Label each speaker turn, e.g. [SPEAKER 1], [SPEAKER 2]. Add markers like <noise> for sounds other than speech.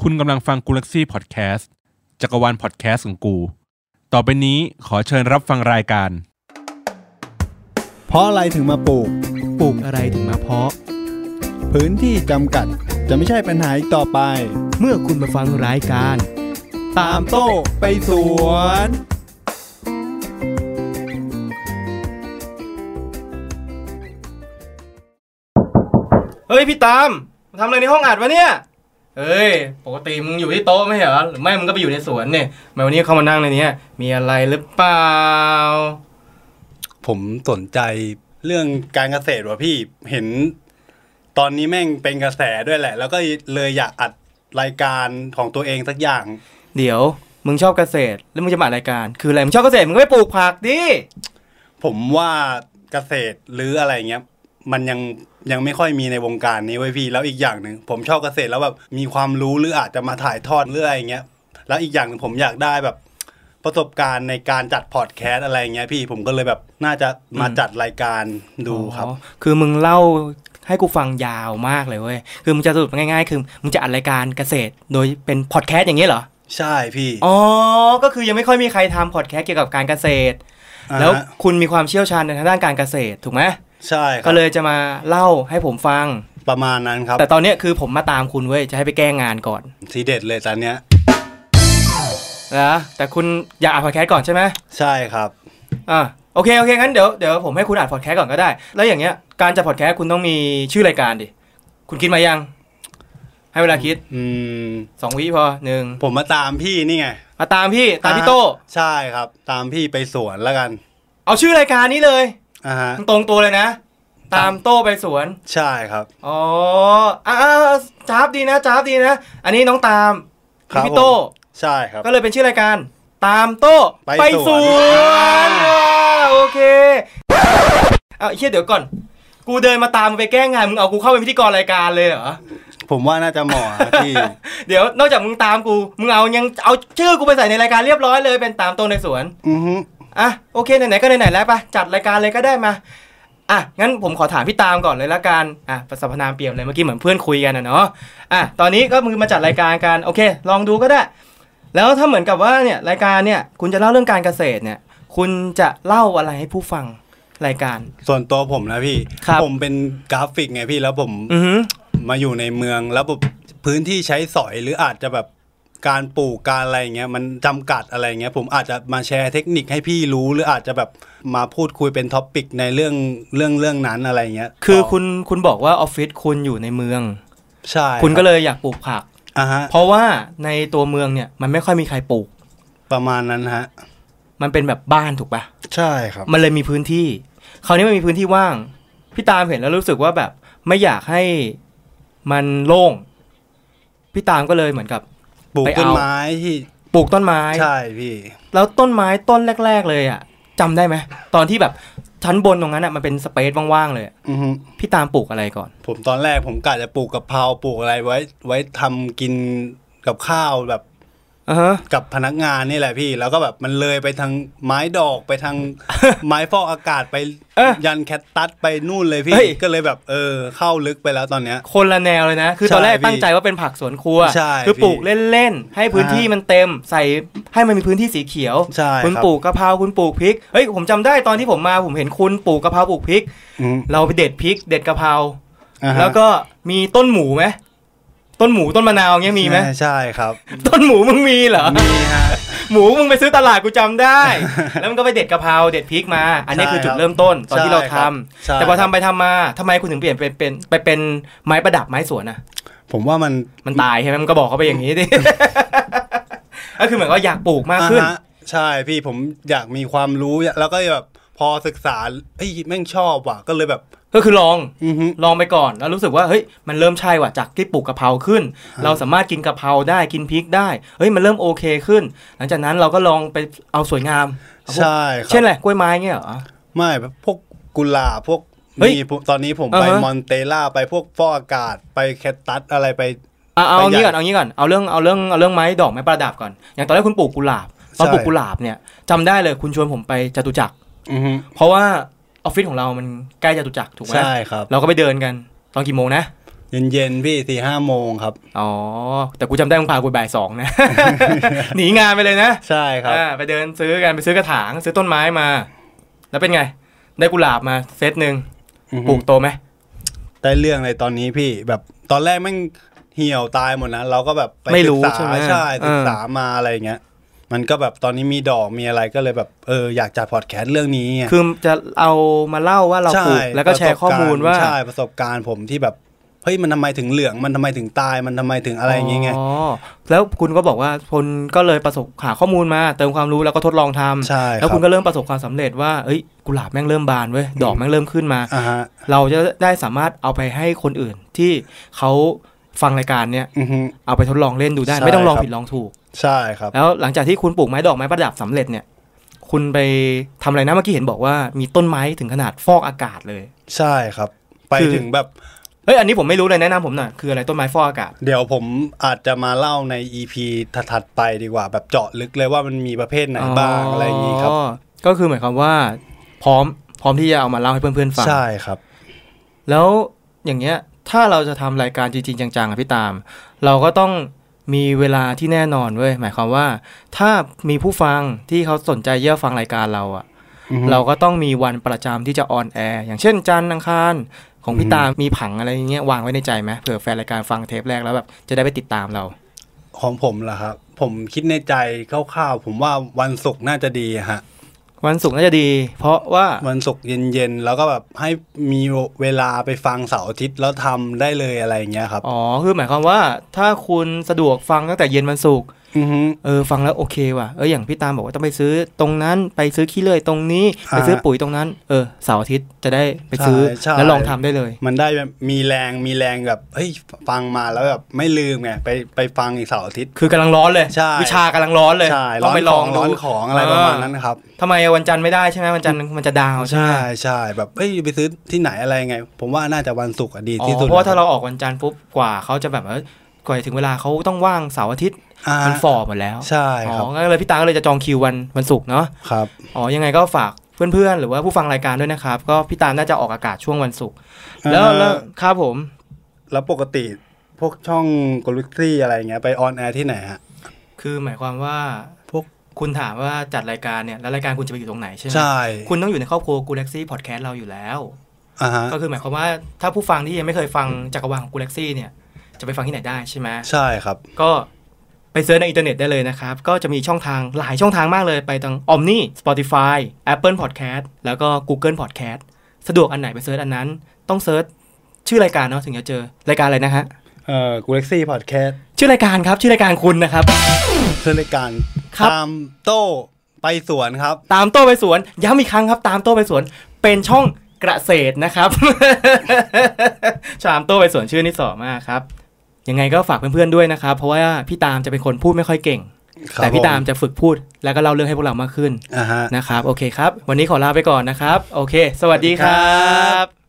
[SPEAKER 1] คุณกำลังฟังกูลักซี่พอดแคสต์จักรวาลพอดแคสต์ของกู ต่อไปนี้ขอเชิญรับฟังรายการ
[SPEAKER 2] เพราะอะไรถึงมาปลูก
[SPEAKER 3] ปลูกอะไรถึงมาเพาะ
[SPEAKER 2] พื้นที่จำกัดจะไม่ใช่ปัญหาอีกต่อไป
[SPEAKER 3] เมื่อคุณมาฟังรายการ
[SPEAKER 2] ตามโต้ไปสวน
[SPEAKER 4] เฮ้ยพี่ตามมาทำอะไรในห้องอัดวะเนี่ย เฮ้ย ปกติมึงอยู่ที่โต๊ะไม่ใช่เหรอ หรือไม่มึงก็ไปอยู่ในสวนเนี่ยทำไมาวันนี้เข้ามานั่งในเนี้ยมีอะไรหรือเปล่า
[SPEAKER 5] ผมสนใจเรื่องการเกษตรว่ะพี่เห็น ตอนนี้แม่งเป็นกระแสด้วยแหละ แล้วก็เลยอยากอัดรายการของตัวเองสักอย่าง
[SPEAKER 4] เดี๋ยว มึงชอบเกษตร แล้วมึงจะมาอัดรายการ คืออะไร มึงชอบเกษตร มึงก็ไปปลูกผักดิ
[SPEAKER 5] ผมว่าเกษตรหรืออะไรเงี้ย มันยังยังไม่ค่อยมีในวงการนี้ไว้ยพี่ แล้วอีกอย่างหนึ่งผมชอบเกษตรแล้วแบบมีความรู้หรืออาจจะมาถ่ายทอดเรื่องอะไรเงี้ย แล้วอีกอย่างหนึ่งผมอยากได้แบบ ประสบการณ์ในการจัดพอดแคสต์อะไรเงี้ยพี่ผมก็เลยแบบน่าจะมาจัดรายการดูครับ
[SPEAKER 4] อ๋อคือมึงเล่าให้กูฟังยาวมากเลยเว้ย คือมึงจะสรุปง่ายๆ คือมึงจะอัดรายการเกษตร โดยเป็นพอดแคสต์อย่างนี้เหรอ
[SPEAKER 5] ใช่พี่
[SPEAKER 4] อ๋อ ก็คือยังไม่ค่อยมีใครทำพอดแคสต์เกี่ยวกับการเกษตร
[SPEAKER 5] อ่าฮะ
[SPEAKER 4] แล้วคุณมีความเชี่ยวชาญในทางด้านการเกษตรถูกไหม
[SPEAKER 5] ใช่ครับ
[SPEAKER 4] ก็เลยจะมาเล่าให้ผมฟัง
[SPEAKER 5] ประมาณนั้นครับ
[SPEAKER 4] แต่ตอนเนี้ยคือผมมาตามคุณเว้ย จะให้ไปแก้งานก่อน
[SPEAKER 5] ทีเด็ดเลยตอนเนี้ย
[SPEAKER 4] นะแต่คุณอยากอัดพอดแคสต์ก่อนใช่ไหม
[SPEAKER 5] ใช่ครับ
[SPEAKER 4] อ่าโอเค โอเค งั้นเดี๋ยวเดี๋ยวผมให้คุณอัดพอดแคสต์ก่อนก็ได้ แล้วอย่างเงี้ยการจะพอดแคสต์คุณต้องมีชื่อรายการดิ คุณคิดมายัง ให้เวลาคิด
[SPEAKER 5] อืม
[SPEAKER 4] สองวิพอหนึ่ง
[SPEAKER 5] ผมมาตามพี่นี่ไง
[SPEAKER 4] มาตามพี่ตามพี่โต
[SPEAKER 5] ใช่ครับ ตามพี่ไปสวนแล้วกัน
[SPEAKER 4] เอาชื่อรายการนี้เลย
[SPEAKER 5] อ่าฮะ
[SPEAKER 4] ตรงๆตัวเลยนะ ตามโตไปสวน
[SPEAKER 5] ใช่ครับ
[SPEAKER 4] อ๋ออ่าจ้าบดีนะจ้าบดีนะ อันนี้น้องตาม
[SPEAKER 5] ครับ
[SPEAKER 4] พี่โต
[SPEAKER 5] ใช่ครับ
[SPEAKER 4] ก็เลยเป็นชื่อรายการตามโต้
[SPEAKER 5] ไป
[SPEAKER 4] ส
[SPEAKER 5] ส
[SPEAKER 4] ว
[SPEAKER 5] วน
[SPEAKER 4] นอ่าโอเคเอาเฮียเดี๋ยวก่อน กูเดินมาตามมึงไปแก้งานมึงเอากูเข้าเป็นพิธีกรรายการเลยเหรอ
[SPEAKER 5] ผมว่าน่าจะเหมาะ
[SPEAKER 4] <laughs>
[SPEAKER 5] ครับพี่
[SPEAKER 4] เดี๋ยวนอกจากมึงตามกูมึงเอายังเอาชื่อกูไปใส่ในรายการเรียบร้อยเลยเป็นตามโต้ในสวน
[SPEAKER 5] อือฮึ
[SPEAKER 4] อ่ะโอเคไหนๆก็ไหนๆแล้วไปะจัดรายการเลยก็ได้มาอ่ะงั้นผมขอถามพี่ตามก่อนเลยละกันอ่ะประสบนามเปรียบเลยเมื่อกี้เหมือนเพื่อนคุยกันนะเนาะอ่ะตอนนี้ก็มือมาจัดรายการกันโอเค ลองดูก็ได้ แล้วถ้าเหมือนกับว่าเนี่ยรายการเนี่ยคุณจะเล่าเรื่องการเกษตรเนี่ย คุณจะเล่าอะไรให้ผู้ฟังรายการ
[SPEAKER 5] ส่วนตัวผมนะพี่
[SPEAKER 4] ครับ
[SPEAKER 5] ผมเป็นกราฟิกไงพี่แล้วผม
[SPEAKER 4] อือหือ
[SPEAKER 5] มาอยู่ในเมืองแล้วแบบพื้นที่ใช้สอยหรืออาจจะแบบการปลูกการอะไรเงี้ยมันจำกัดอะไรเงี้ยผมอาจจะมาแชร์เทคนิคให้พี่รู้หรืออาจจะแบบมาพูดคุยเป็นท็อปปิกในเรื่องเรื่องเรื่องนั้นอะไรเงี้ย
[SPEAKER 4] คือคุณคุณบอกว่าออฟฟิศคุณอยู่ในเมือง
[SPEAKER 5] ใช่
[SPEAKER 4] คุณก็
[SPEAKER 5] รับ
[SPEAKER 4] เลยอยากปลูกผัก
[SPEAKER 5] อ่าฮะ
[SPEAKER 4] เพราะว่าในตัวเมืองเนี่ยมันไม่ค่อยมีใครปลูก
[SPEAKER 5] ประมาณนั้นฮะ
[SPEAKER 4] มันเป็นแบบบ้านถูกปะ
[SPEAKER 5] ใช่ครับ
[SPEAKER 4] มันเลยมีพื้นที่คราวนี้มันมีพื้นที่ว่างพี่ตามเห็นแล้วรู้สึกว่าแบบไม่อยากให้มันโล่งพี่ตามก็เลยเหมือนกับ
[SPEAKER 5] ปลูก
[SPEAKER 4] ไปเอา
[SPEAKER 5] ต้นไม้ที่
[SPEAKER 4] ปลูกต้นไม้
[SPEAKER 5] ใช่พี่
[SPEAKER 4] แล้วต้นไม้ต้นแรก ๆ เลยอ่ะจำได้ไหมตอนที่แบบชั้นบนตรงนั้นอ่ะมันเป็นสเปซว่างๆเลยอะ
[SPEAKER 5] อือฮึ
[SPEAKER 4] พี่ตามปลูกอะไรก่อน
[SPEAKER 5] ผมตอนแรกผมกะจะปลูกกะเพราปลูกอะไรไว้ ไว้ทำกินกับข้าวแบบ
[SPEAKER 4] อ่าฮะ
[SPEAKER 5] กับพนักงานนี่แหละพี่ แล้วก็แบบมันเลยไปทางไม้ดอกไป
[SPEAKER 4] <laughs>
[SPEAKER 5] ทาง ไม้ฟอกอากาศไป
[SPEAKER 4] เอ้ย
[SPEAKER 5] ยันแคตตัสไปนู่นเลยพี่
[SPEAKER 4] เฮ้ย
[SPEAKER 5] ก็เลยแบบเออ เข้าลึกไปแล้วตอนเนี้ย
[SPEAKER 4] คนละแนวเลยนะ คือ
[SPEAKER 5] ใช่
[SPEAKER 4] ตอนแรก
[SPEAKER 5] พี่
[SPEAKER 4] ตั้งใจว่าเป็นผักสวนครัว
[SPEAKER 5] ใช่
[SPEAKER 4] คือ
[SPEAKER 5] พี่
[SPEAKER 4] ปลูกเล่นๆ ให้พื้นที่
[SPEAKER 5] อ่าฮะ
[SPEAKER 4] มันเต็ม ใส่ให้มันมีพื้นที่สีเขียว
[SPEAKER 5] ใช่
[SPEAKER 4] คุณ
[SPEAKER 5] ครับ
[SPEAKER 4] ปลูกกะเพราคุณปลูกพริก เฮ้ยผมจำได้ตอนที่ผมมาผมเห็นคุณปลูกกะเพราปลูกพริก
[SPEAKER 5] อืม
[SPEAKER 4] เราไปเด็ดพริก เด็ดกะเพรา
[SPEAKER 5] อ่าฮะ
[SPEAKER 4] แล้วก็มีต้นหมูไหมต้นหมูต้นมะนาวเงี้ยมี
[SPEAKER 5] <laughs>
[SPEAKER 4] ไหม
[SPEAKER 5] ใช่ใช่
[SPEAKER 4] <laughs>
[SPEAKER 5] ครับ
[SPEAKER 4] ต้นหมูมึงมีเหร
[SPEAKER 5] <laughs>
[SPEAKER 4] อ
[SPEAKER 5] มีฮะ
[SPEAKER 4] หมูมึงไปซื้อตลาดกูจำ
[SPEAKER 5] <laughs>
[SPEAKER 4] ได้ แล้วมันก็ไปเด็ดกะเพราเด็ดพริกมา อันนี้คือ
[SPEAKER 5] ใช่
[SPEAKER 4] จุด
[SPEAKER 5] ครับ
[SPEAKER 4] เริ่มต้นตอนที่เรา
[SPEAKER 5] ใช่ค
[SPEAKER 4] ทำ
[SPEAKER 5] รับใช่
[SPEAKER 4] แต่พอทำไปทำมาทำไมคุณถึงเปลี่ยนไปเป็นไปเป็นไม้ประดับไม้สวนอ่ะ
[SPEAKER 5] ผมว่ามัน
[SPEAKER 4] มันตายใช่ไหมมันก็บอกเขาไปอย่างนี้ดิ <laughs> ก็คือเหมือนว่าอยากปลูกมาก
[SPEAKER 5] อ่า
[SPEAKER 4] ขึ้น
[SPEAKER 5] ฮะใช่พี่ผมอยากมีความรู้แล้วก็แบบพอศึกษาเอ้ยแม่งชอบว่ะก็เลยแบบ
[SPEAKER 4] ก็คือลอง
[SPEAKER 5] อือฮึ
[SPEAKER 4] ลองไปก่อนแล้วรู้สึกว่าเฮ้ยมันเริ่มใช่ว่ะจากที่ปลูกกะเพราขึ้น เราสามารถกินกะเพราได้กินพริกได้เฮ้ยมันเริ่มโอเคขึ้น หลังจากนั้นเราก็ลองไปเอาสวยงามเอาพวก
[SPEAKER 5] ใช่ครับ
[SPEAKER 4] เช่นอะไรกล้วยไม้เงี้ยเหรอ
[SPEAKER 5] ไม่พวกกุหลาบพวก
[SPEAKER 4] เฮ้ย
[SPEAKER 5] มีพวกตอนนี้ผม
[SPEAKER 4] อ่า
[SPEAKER 5] ไป
[SPEAKER 4] ฮะ
[SPEAKER 5] มอนเตล่าไปพวกฟอกอากาศไปแคตตัสอะไรไป
[SPEAKER 4] เอาเอา
[SPEAKER 5] ประหยัด
[SPEAKER 4] งี้ก่อนเอางี้ก่อนเอาเรื่องเอาเรื่องเอาเรื่องไม้ดอกไม้ประดับก่อน อย่างตอนแรกคุณปลูกกุหลาบตอน
[SPEAKER 5] ใช่
[SPEAKER 4] ปลูกกุหลาบเนี่ยจำได้เลยคุณชวนผมไปจตุจักร
[SPEAKER 5] อือฮึ
[SPEAKER 4] เพราะว่าออฟฟิศของเรามันใกล้จตุจักรถูกไหม
[SPEAKER 5] ใช่ครับ
[SPEAKER 4] เราก็ไปเดินกันตอนกี่โมงนะ
[SPEAKER 5] เย็นๆพี่สี่ห้าโมงครับ
[SPEAKER 4] อ๋อ แต่กูจำได้มึงพากูบ่ายสองนะ <laughs> หนีงานไปเลยนะ
[SPEAKER 5] ใช่ครับ
[SPEAKER 4] อ่าไปเดินซื้อกันไปซื้อกระถางซื้อต้นไม้มา แล้วเป็นไง ได้กุหลาบมาเซตหนึ่ง
[SPEAKER 5] อือฮึ
[SPEAKER 4] ปลูกโตไหม
[SPEAKER 5] ได้เรื่องเลยตอนนี้พี่แบบตอนแรกแม่งเหี่ยวตายหมดนะเราก็แบบป
[SPEAKER 4] ไม่รู้
[SPEAKER 5] ศึกษา
[SPEAKER 4] ใช่ไหม
[SPEAKER 5] ใช่ศึกษา
[SPEAKER 4] เอ
[SPEAKER 5] มาอะไรเงี้ย มันก็แบบตอนนี้มีดอกมีอะไรก็เลยแบบเอออยากจัดพอดแคสต์เรื่องนี้
[SPEAKER 4] อคือจะเอามาเล่าว่าเรา
[SPEAKER 5] ใช่
[SPEAKER 4] ปลูกแล้วก็แชร์ข้อมูลว่า
[SPEAKER 5] ใช่ประสบการณ์ผมที่แบบเฮ้ยมันทำไมถึงเหลืองมันทำไมถึงตายมันทำไมถึงอะไรอย่างเงี้ย
[SPEAKER 4] อ๋อแล้วคุณก็บอกว่าคนก็เลยประสบหาข้อมูลมาเติมความรู้แล้วก็ทดลองทำ
[SPEAKER 5] ใช่
[SPEAKER 4] แล้ว
[SPEAKER 5] รับ
[SPEAKER 4] คุณก็เริ่มประสบความสำเร็จว่าเอ้ยกุหลาบแม่งเริ่มบานเว้ยดอกแม่งเริ่มขึ้นมา
[SPEAKER 5] อ่าฮะ
[SPEAKER 4] เราจะได้สามารถเอาไปให้คนอื่นที่เขาฟังรายการเนี้ย
[SPEAKER 5] อือฮึ
[SPEAKER 4] เอาไปทดลองเล่นดูได้
[SPEAKER 5] ใช่
[SPEAKER 4] ไม่ต้องลอง
[SPEAKER 5] ครับ
[SPEAKER 4] ผิดลองถูก
[SPEAKER 5] ใช่ครับ
[SPEAKER 4] แล้วหลังจากที่คุณปลูกไม้ดอกไม้ประดับสำเร็จเนี่ย คุณไปทำอะไรนะเมื่อกี้เห็นบอกว่ามีต้นไม้ถึงขนาดฟอกอากาศเลย
[SPEAKER 5] ใช่ครับ ไป
[SPEAKER 4] คือ
[SPEAKER 5] ถึงแบบ
[SPEAKER 4] เฮ้ยอันนี้ผมไม่รู้เลยแนะนำผมหน่อยคืออะไรต้นไม้ฟอกอากาศ
[SPEAKER 5] เดี๋ยวผมอาจจะมาเล่าใน EP ถัดๆไปดีกว่า แบบเจาะลึกเลยว่ามันมีประเภทไหนบ้างอะไรอย่างนี้ครับ
[SPEAKER 4] ก็คือหมายความว่าพร้อมพร้อมที่จะเอามาเล่าให้เพื่อนๆฟัง
[SPEAKER 5] ใช่ครับ
[SPEAKER 4] แล้วอย่างเงี้ยถ้าเราจะทำรายการจริงๆจังๆอะพี่ตาม เราก็ต้องมีเวลาที่แน่นอนเว้ยหมายความว่า ถ้ามีผู้ฟังที่เขาสนใจเย่อฟังรายการเราอะ
[SPEAKER 5] อือฮึ
[SPEAKER 4] เราก็ต้องมีวันประจำที่จะออนแอร์อย่างเช่นจันทร์อังคารของพี่ตามมีผังอะไรอย่างเงี้ยวางไว้ในใจไหมเผื่อแฟนรายการฟังเทปแรกแล้วแบบจะได้ไปติดตามเรา
[SPEAKER 5] ของผมล่ะครับ ผมคิดในใจคร่าวๆ ผมว่าวันศุกร์น่าจะดีฮะ
[SPEAKER 4] วันศุกร์น่าจะดี เพราะว่า
[SPEAKER 5] วันศุกร์เย็นๆ แล้วก็แบบให้มีเวลาไปฟังเสาร์อาทิตย์แล้วทำได้เลยอะไรอย่างเงี้ยครับ
[SPEAKER 4] อ๋อคือหมายความว่าถ้าคุณสะดวกฟังตั้งแต่เย็นวันศุกร์
[SPEAKER 5] อือฮึ
[SPEAKER 4] เออฟังแล้วโอเคว่ะเอออย่างพี่ตามบอกว่าต้องไปซื้อตรงนั้นไปซื้อขี้เลื่อยตรงนี้ ไปซื้อปุ๋ยตรงนั้นเออเสาร์อาทิตย์จะได้ไปซื้อ
[SPEAKER 5] ใช่ใช่
[SPEAKER 4] แล้วลองทำได้เลย
[SPEAKER 5] มันได้แบบมีแรงมีแรงแบบเฮ้ยฟังมาแล้วแบบไม่ลืมไงไปไปฟังอีกเสาร์อาทิตย์
[SPEAKER 4] คือกำลังร้อนเลย
[SPEAKER 5] ใช่
[SPEAKER 4] วิชากำลังร้อนเลย
[SPEAKER 5] ใช่ร้
[SPEAKER 4] ต้
[SPEAKER 5] อง
[SPEAKER 4] อ
[SPEAKER 5] น
[SPEAKER 4] ไปล
[SPEAKER 5] ข
[SPEAKER 4] อ
[SPEAKER 5] อง ง
[SPEAKER 4] ดู
[SPEAKER 5] ร้อนของอะไรประมาณนั้นครับ
[SPEAKER 4] ทำไมวันจันทร์ไม่ได้ใช่ไหมวันจันทร์มันจะดาวใช่ไหม
[SPEAKER 5] ใช่ใช่แบบเอ้ยไปซื้อที่ไหนอะไรไง ผมว่าน่าจะวันศุกร์อะดีที่สุด
[SPEAKER 4] อ๋อเพราะว่าถ้าเราออกวันจันทร์ปุ๊บกว่าเขาจะแบบว่า กว่าจะถึงเวลาเขาต้องว่างเสาร์อาทิตย์
[SPEAKER 5] อ่า
[SPEAKER 4] มันฟอร์หมดแล้ว
[SPEAKER 5] ใช่
[SPEAKER 4] อ๋
[SPEAKER 5] ครับ
[SPEAKER 4] องั้นเลยพี่ตาก็เลยจะจองคิววันวันศุกร์เนาะ
[SPEAKER 5] ครับ
[SPEAKER 4] อ๋อยังไงก็ฝากเพื่อนๆ หรือว่าผู้ฟังรายการด้วยนะครับ ก็พี่ตาน่าจะออกอากาศช่วงวันศุกร์แล้วแล้วครับผม
[SPEAKER 5] แล้วปกติพวกช่องกลุซี่อะไรอย่างเงี้ยไปออนแอร์ที่ไหนฮะ
[SPEAKER 4] คือหมายความว่าพวกคุณถามว่าจัดรายการเนี่ยแล้วรายการคุณจะไปอยู่ตรงไหนใช่ไหม
[SPEAKER 5] ใช่
[SPEAKER 4] คุณต้องอยู่ในครอบครัวกูเล็กซี่พอดแคสต์เราอยู่แล้ว
[SPEAKER 5] อ่าฮะ
[SPEAKER 4] ก็คือหมายความว่าถ้าผู้ฟังที่ยังไม่เคยฟังจักรวาลของกูเล็กซี่เนี่ยจะไปฟังที่ไหนได้ใช่ไหม
[SPEAKER 5] ใช่ครับ
[SPEAKER 4] ก็ไปเซิร์ชในอินเทอร์เน็ตได้เลยนะครับ ก็จะมีช่องทางหลายช่องทางมากเลยไปทาง Omni Spotify Apple Podcast แล้วก็ Google Podcast สะดวกอันไหนไปเซิร์ชอันนั้น ต้องเซิร์ชชื่อรายการเนาะถึงจะเจอรายการอะไรนะฮะ
[SPEAKER 5] เอ่อกูเล็กซี่พอดแคสต์
[SPEAKER 4] ชื่อรายการครับ ชื่อรายการคุณนะครับ
[SPEAKER 5] เพื่อรายการ
[SPEAKER 4] ครับ
[SPEAKER 5] ตามโต้ไปสวนครับ
[SPEAKER 4] ตามโต้ไปสวน ย้ำอีกครั้งครับ ตามโต้ไปสวน เป็นช่องเกษตรนะครับ <laughs> ชามโต้ไปสวนชื่อนี่สอมากครับ ยังไงก็ฝากเพื่อนๆด้วยนะครับ เพราะว่าพี่ตามจะเป็นคนพูดไม่ค่อยเก่ง
[SPEAKER 5] ครับ
[SPEAKER 4] แต่พี่
[SPEAKER 5] ผม
[SPEAKER 4] ตามจะฝึกพูด แล้วก็เล่าเรื่องให้พวกเรามากขึ้น
[SPEAKER 5] อ่าฮะ
[SPEAKER 4] นะครับ โอเคครับ วันนี้ขอลาไปก่อนนะครับ โอเค สวัสดีครับ